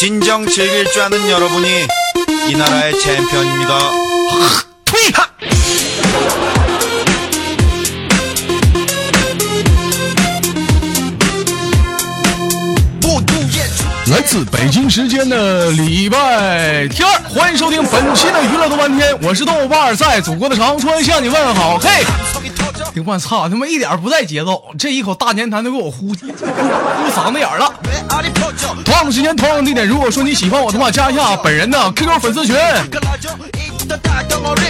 진정 즐길 줄 아는 여러분이 이 나라의 챔피언입니다. 투이하! 모두의 来自北京时间的礼拜天儿，欢迎收听本期的娱乐豆瓣天，我是豆瓣儿，在祖国的长春向你问好。嘿， 속이 터져 我操，他妈一点儿不带节奏，这一口大粘痰都给我 呼呼嗓子眼儿了。 내 알이 퍼져 同样的时间，同样的地点，如果说你喜欢我的话，加一下本人的 QQ 粉丝群， 갈라져 있던 다덩어리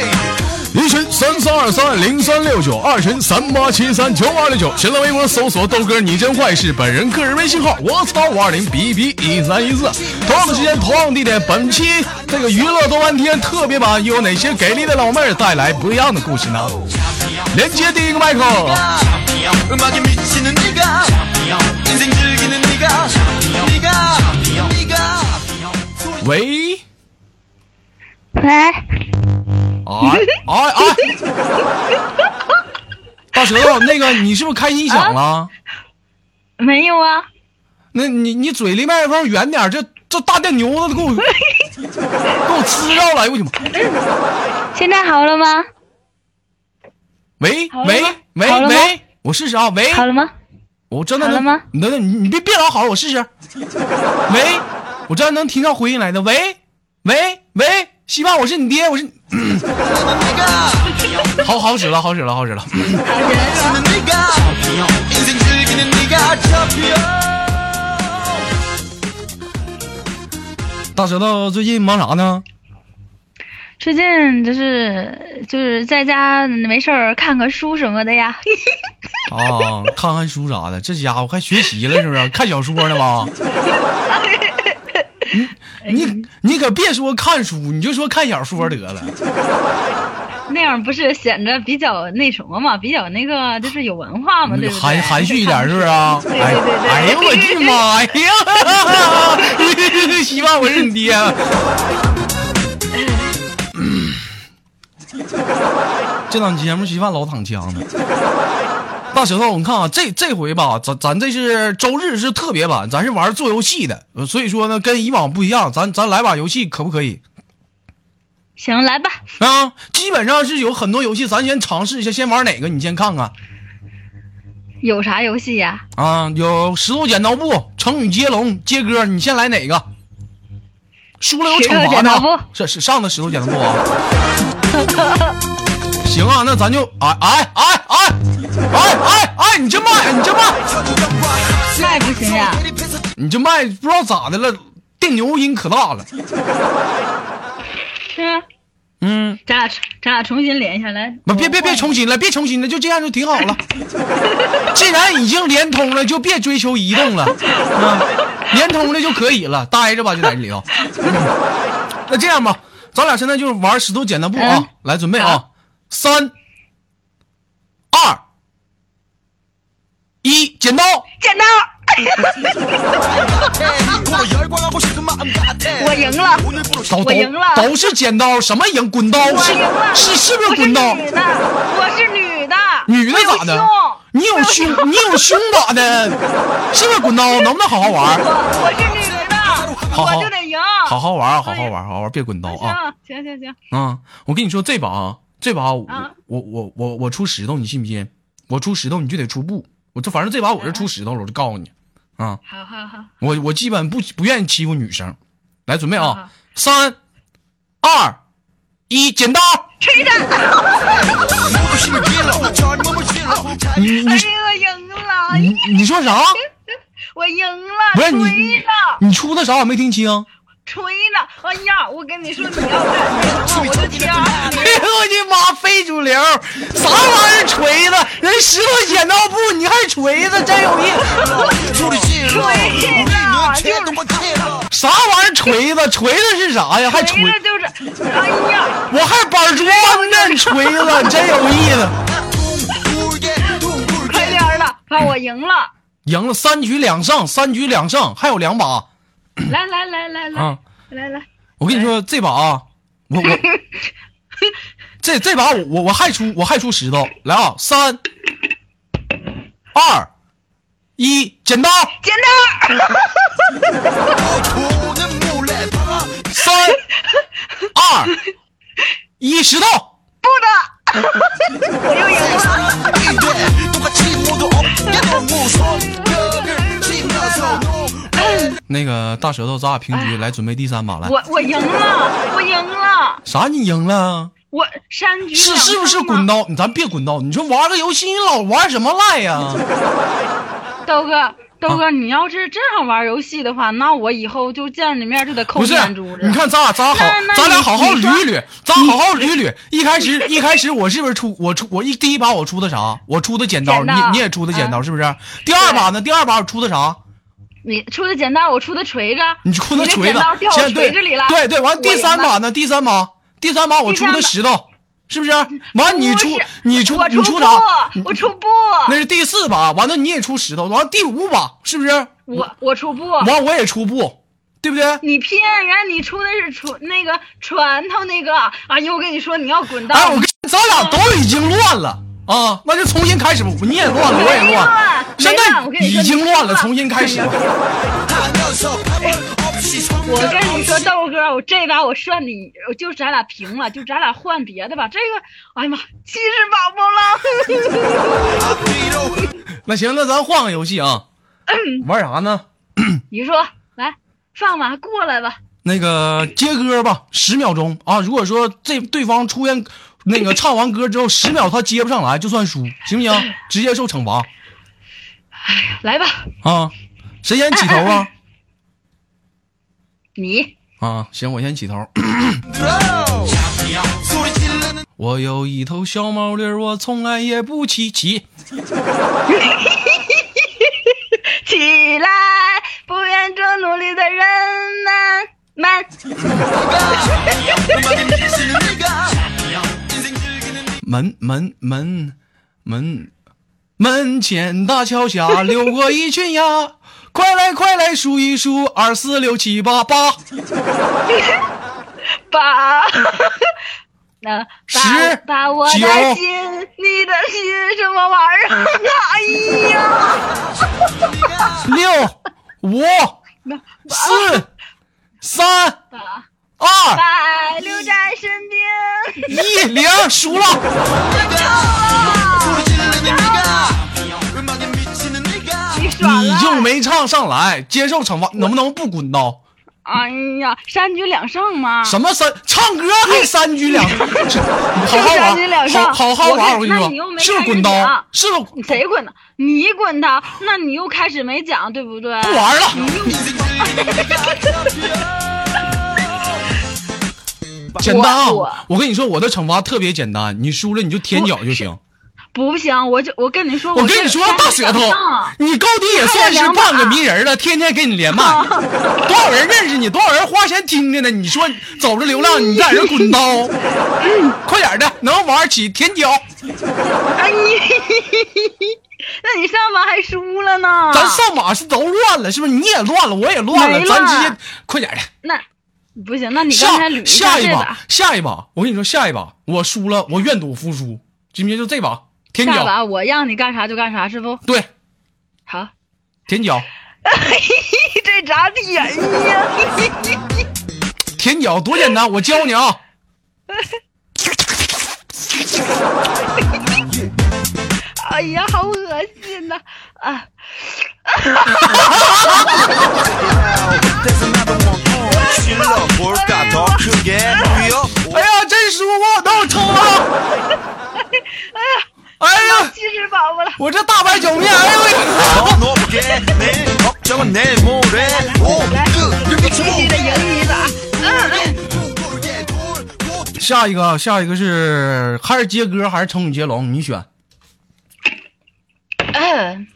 一群三三二三零三六九，二群三八七三九二六九，新浪微博搜索豆哥你真坏事，本人个人微信号我操五二零 b b 一三一四。同样的时间，同样的地点，本期这个娱乐多半天特别版又有哪些给力的老妹儿带来不一样的故事呢？连接第一个麦克， 음악에 미치는 네가 인생 즐기는 네가 네가 네가 喂，喂，哎哎哎，大舌头，那个你是不是开音响了？没有啊，那你你嘴离麦克风远点儿，这这大电牛子给 我给我吃着了，哎呦我去妈！现在好了吗？喂好了喂吗好喂了吗喂，我试试啊，喂，好了吗？我真的好能了吗你等等，你你别别老好了，我试试。喂，我真的能听到回音来的。喂喂喂，希望我是你爹，我是你。好好使了，好使了，好使了。 미치는 네가 인생 즐기는 네가 챔피언 大舌头最近忙啥呢？最近就是就是在家没事儿看个书什么的呀。 啊，看看书啥的，这家伙还学习了是不是？看小说呢吧？你你你可别说看书，你就说看小说得了。那样不是显着比较那什么嘛，比较那个就是有文化啊嘛，对不对？嗯含含蓄一点是不是啊？对对对对哎呀，我去妈呀！希望我是你爹。啊 这档节目稀饭老躺枪呢。大舌头，你看啊，这这回吧，咱咱这是周日是特别版，咱是玩做游戏的，呃所以说呢，跟以往不一样，咱咱来把游戏可不可以？行，来吧，啊，基本上是有很多游戏，咱先尝试一下，先玩哪个？你先看看有啥游戏呀？啊，有石头剪刀布、成语接龙、接歌，你先来哪个？输了有惩罚石头剪刀呢布？是是上的石头剪刀布啊。 行啊，那咱就哎哎哎哎哎哎哎，你这卖你这卖那也不行呀，你这卖，不知道咋的了，电牛音可大了。是吗？嗯，咱俩咱俩重新连一下来。不别别别重新了，别重新了，就这样就挺好了。既然已经连通了，就别追求移动了，啊，连通了就可以了，待着吧，就在这里头。那这样吧，咱俩现在就是玩石头剪刀布啊嗯，来准备啊好，三、二、一，剪刀。剪刀， 꿈을 열광하고 싶은 마음 같아 我赢了， 오늘부로 都我都赢了都是剪刀，什么赢？滚刀哎我是赢了，是是不是我滚刀？女的，我是女的，女的我有咋的胸？你有胸，你有胸咋的？是不是滚刀？能不能好好玩？我我是女的，好好我就得赢。好好玩啊，好好玩，好好玩，别滚刀啊！行行行，啊，我跟你说这把啊，这把我啊我我我我出石头，你信不信？我出石头你就得出布，我这反正这把我啊是出石头了，我就告诉你啊，好好 好，我我基本不不愿意欺负女生。来，准备好啊好，三二一，剪刀！哎 모두 힘을 길러 젊음을 실러 你 你你哎呦，我赢了，哎你你说啥？我赢了，不是你锤了，你出的啥？我没听清。 锤了！哎呀，我跟你说，你要 敢赢了，我就啊掐死哎呦我的妈！非主流，啥玩意儿锤子？人石头剪刀布，你还锤子，真有意思。 소리 질러 우리 눈 채던 건 채러 啥玩意儿锤子？锤子是啥呀？还你！锤锤？了就是，哎呀，我还板砖呢，锤子真有意思。 둥글게 둥글게 快点儿了，把我赢了！赢了三局两胜，三局两胜，还有两把来来来来来啊！来来，我跟你说，这把啊，我 我这这把我我我还出我还出石头来啊！三二一，剪刀！剪刀！ 도는 二，一石头。那个大舌头，咱俩平局，来准备第三把来。我我赢了，我赢了，啥？你赢了？啊我山局是两是不是分滚嘛？刀？你咱别滚刀！你说玩个游戏，你老玩什么赖呀、豆哥，豆啊哥，你要是真想玩游戏的话，那我以后就见着你面就得扣不是眼珠，子。你看咱俩咱俩好那那，咱俩好好你捋一捋，咱俩好好捋一捋。一开始一开始我是不是出我出我一第一把我出的啥？我出的剪刀，剪刀嗯你你也出的剪刀、是不是？第二把呢？第二把我出的啥？你出的剪刀，我出的锤子，你出的锤你的剪子刀，掉我现在锤对子里了。对对，完第三把呢？第三把第三把我出的第三把石头，是不是？完你出不是你出我你布出啥？，我出布，那是第四把，完了你也出石头，完了第五把是不是？我我出布。完 我也出布，对不对？你骗人！你出的是出那个船头那个，哎呦，我跟你说，你要滚蛋！哎，我跟咱俩都已经乱了啊，那就重新开始吧。你也乱了，我也没乱乱了，现啊没乱我在跟你说已经你乱了，说啊重新开 始吧。我跟你说，豆哥，我这把我算你，我就咱俩平了，就咱俩换别的吧。这个，哎呀妈，七十宝宝了。 那行，那咱换个游戏啊，嗯玩啥呢？你说，来放吧，过来吧。那个接歌吧，十秒钟啊。如果说这对方出现那个唱完歌之后十秒他接不上来，就算输，行 不行？直接受惩罚来吧，啊！谁先起头 啊？你啊，行，我先起头。 我有一头小毛驴儿，我从来也不骑骑。起来，不愿做奴隶的人们们。门门门门门前大桥 下溜过一群鸭，快来快来数一数，二四六七八八把， 那十把把我九的心，你的心什么玩意儿？哎呀，六五四三把二把留在身边。一零，输 了。你爽你就了！没唱上来，接受惩罚，能不能不滚刀？哎呀，三局两胜嘛。什么三唱歌 还三局两，好好三局两玩，胜好好好玩，我我跟你跟那说你又，没啊是开始滚刀讲，是不你谁滚的？你滚的，那你又开始没讲，对不对？不啊玩了。你又简单啊！我我跟你说，我的惩罚特别简单，你输了你就舔脚就行。不行，我就我跟你说，我跟你说，大舌头，啊你高低也算是半个迷人了，天天给你连 麦，多少人认识你，多少人花钱听着呢？你说走着流量，你在这滚刀， 快点的，能玩起舔脚，哎你， 那你上把还输了呢。咱上马是都乱了，是不是？你也乱了，我也乱了，没咱乱直接快点的。那不行，那你刚才捋下下一这把把，，下一把，我跟你说，下一把我输了，我愿赌服输，今天就这把舔下脚，把我让你干啥就干啥，是不？对，好， 舔脚。这咋点呀？舔脚多简单，我教你啊。 哎呀，好恶心呐！啊，哎呀，真舒服，等我抽了。哎呀，七十宝宝了，我这大白酒面，哎呦喂！必须得赢一把。嗯下一个，啊下一个是还是接歌还是成语接龙？你选。嗯，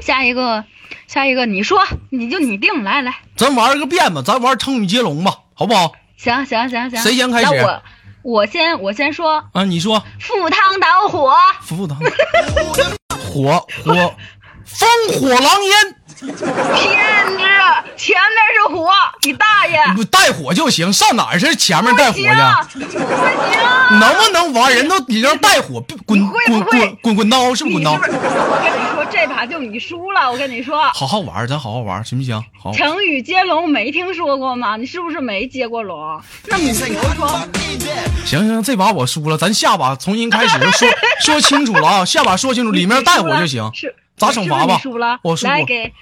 下一个，下一个，你说，你就你定，来来，咱玩个遍吧，咱玩成语接龙吧，好不好？行行行行，谁先开始那我我先我先说，啊，你说，赴汤蹈火，服务堂，火火，烽火狼烟，偏执，前面是火，你大爷！不带火就行，上哪儿是前面带火去？不行，啊不行。能不能玩？人都已经带火，滚会滚不会滚滚滚刀，是不是你滚刀是不？是？我跟你说，这把就你输了，我跟你说。好好玩儿，咱好好玩儿，行不行？好，成语接龙没听说过吗？你是不是没接过龙？那母牛说，行行，这把我输了，咱下把重新开始说 说清楚了啊，下把说清楚，里面带我就行。是咋惩罚吧是不是你输了，我输来过给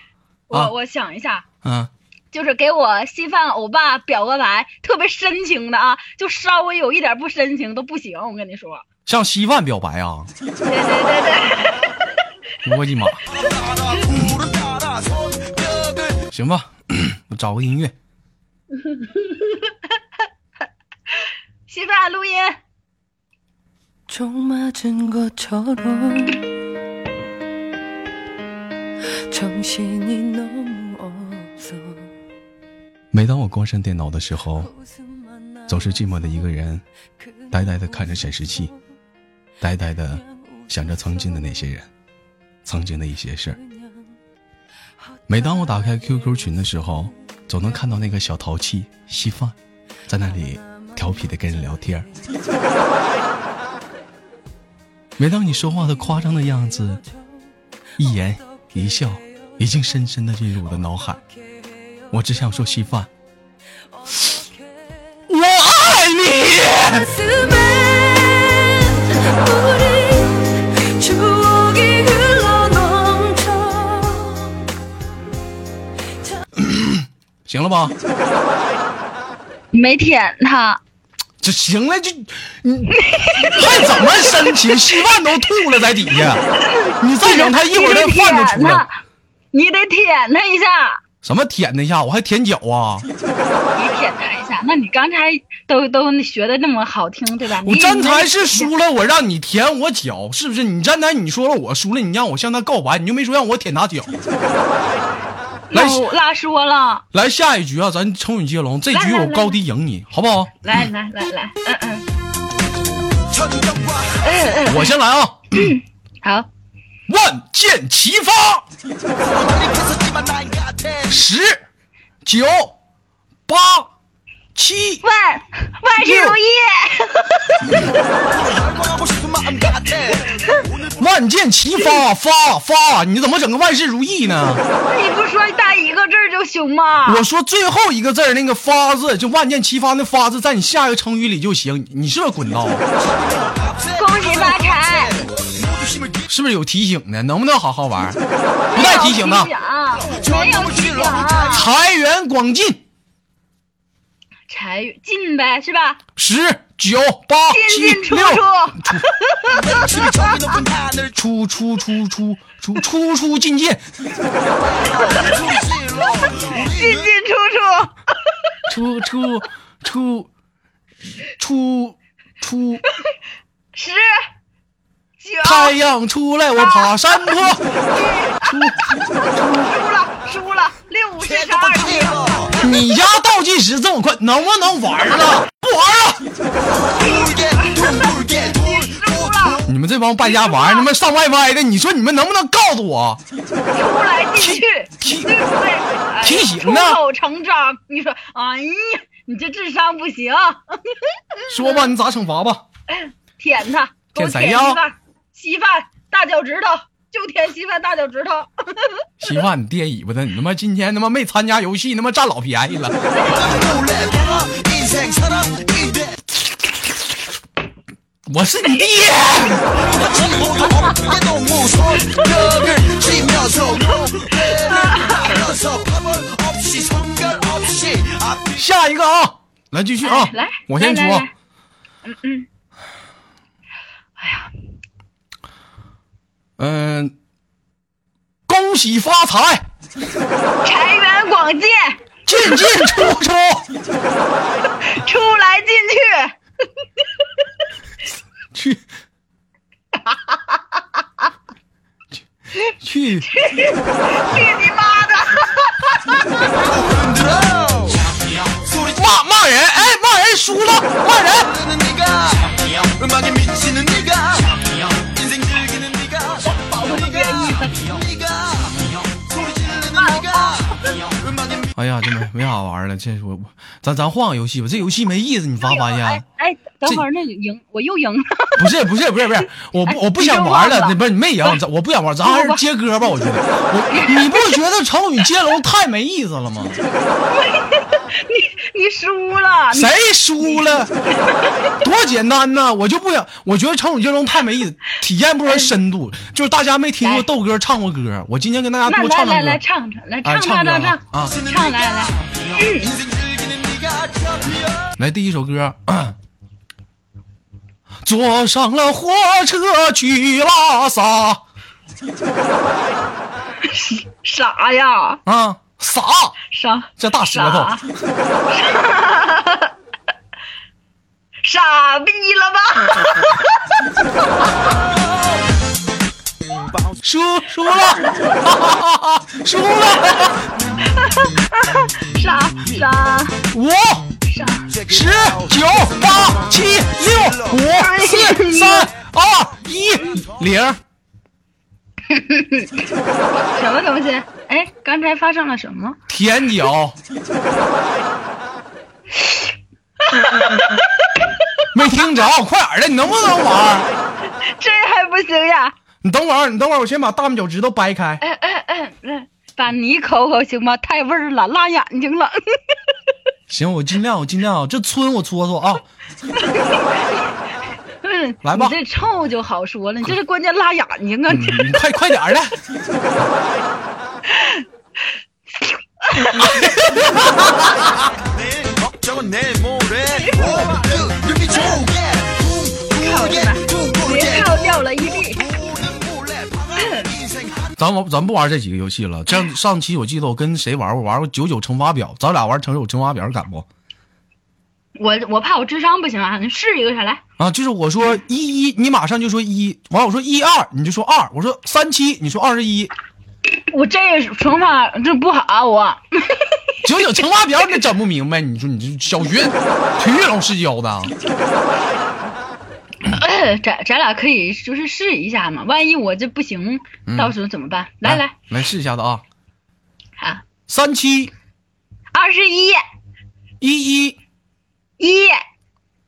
我、啊我想一下，嗯，就是给我稀饭欧巴表个白，特别深情的啊，就稍微有一点不深情都不行。我跟你说，向稀饭表白啊！对对对对， 我的妈！行吧， 我找个音乐。稀饭录音。 총 맞은 것처럼 정신이 너무 없어 每当我关上电脑的时候，总是寂寞的一个人，呆呆地看着显示器，呆呆的想着曾经的那些人，曾经的一些事儿。每当我打开 QQ 群的时候，总能看到那个小淘气稀饭，在那里调皮的跟人聊天儿。 每当你说话的夸张的样子，一言一笑，已经深深的进入我的脑海。我只想说稀饭，我爱你。 가슴에 우리 추억이 흘러 넘쳐 行了吧？没舔他，这行了，就你还怎么深情？稀饭都吐了在底下，你再整他一会儿那饭就啊出来了。你得舔他一下，什么舔那一下，我还舔脚啊？你舔他一下。那你刚才都都学的那么好听，对吧？我你站台是输了，我让你舔我脚，是不是？你站台你说了我输了，你让我向他告白，你就没说让我舔他脚。来那我拉说了，来下一局啊，咱成语接龙，这局我高低赢你，好不好？来来来来，嗯嗯我先来啊好。万箭齐发，十、九、八、七、万万事如意，万箭齐发，发发！你怎么整个万事如意呢？ 你不说带一个字儿就行吗？我说最后一个字儿那个“发”字，就万箭齐发那“发”字，在你下一个成语里就行。你是不是滚刀？恭喜发财，是不是有提醒呢？能不能好好玩？不带提醒的没，有提醒啊没有提醒啊，财源广进，财运进呗是吧？十九八进进七出六出出，出出出出出出进进，进进出出，出出出出出十九太阳出来，我爬山坡。输了输了，六五四十二输了。你家倒计时这么快，能不能玩了？不玩了！输了，你们这帮败家玩意儿，他妈上 WiFi 的，你说你们能不能告诉我？出来进去，提对不对？哎提醒出呢口成章。你说，哎呀，你这智商不行，说吧，你咋惩罚吧？舔他，给我舔谁舔呀稀饭，稀饭大脚趾头，就舔稀饭大脚趾头。稀饭，你爹尾巴的，你他妈今天他妈没参加游戏，他妈占老便宜了。我是你爹！下一个啊，来继续啊，哎来我先出来来啊来。嗯哎嗯嗯，哎呀，嗯，恭喜发财，财源广进，进进出出，出来进去，去。去去去你妈的！骂骂人，哎，骂人输了，骂人。哎哎呀，这没没啥玩儿了，这我我咱咱换个游戏吧，这游戏没意思，你发没发哎现？啊哎，等会儿那赢我又赢了，不是不是不是不是，我不哎我不想玩你又忘了，了你不是你没赢，咱我不想玩，咱还是不不接歌吧，我觉得。 我你不觉得成语接龙太没意思了吗？你你输了，你谁输了？多简单呐！我就不想，我觉得成语接龙太没意思，体验不出来深度。就是大家没听过哎来豆哥唱过歌，我今天跟大家那多来唱来啊唱歌来。唱唱，来哎唱唱唱歌唱啊唱啊唱来来嗯来。来第一首歌，坐上了火车去拉萨傻呀，啊，撒傻这大舌头傻，傻逼了吧？输输了，哈哈哈哈输了，傻傻五傻，十九八七六五四三二一零。什么东西？哎，刚才发生了什么？舔脚，没听着，快点儿的，你能不能玩儿？这还不行呀？你等会儿，你等会儿，我先把大拇脚趾头掰开。哎哎哎哎，把泥抠抠行吗？太味儿了，辣眼睛了。 行，我尽量，我尽量，这村我搓搓啊。嗯，来吧你这臭就好说了，你这是关键辣眼睛啊！嗯你快快点儿的， 嗯别泡掉了一地。咱玩，咱不玩这几个游戏了。这样上期我记得我跟谁玩过，玩过九九乘法表，咱俩玩成九乘法表，敢不？我我怕我智商不行啊，你试一个啥来？啊，就是我说一一，你马上就说一，完我说一二，你就说二，我说三七，你说二十一，我这惩罚这不好，啊 我九九乘法表你整不明白，你说你这小学体育老师教的，啊哎咱咱俩可以就是试一下嘛，万一我这不行，到时候怎么办？来来，嗯来试一下子啊，好，三七二十一一一一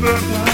Bye.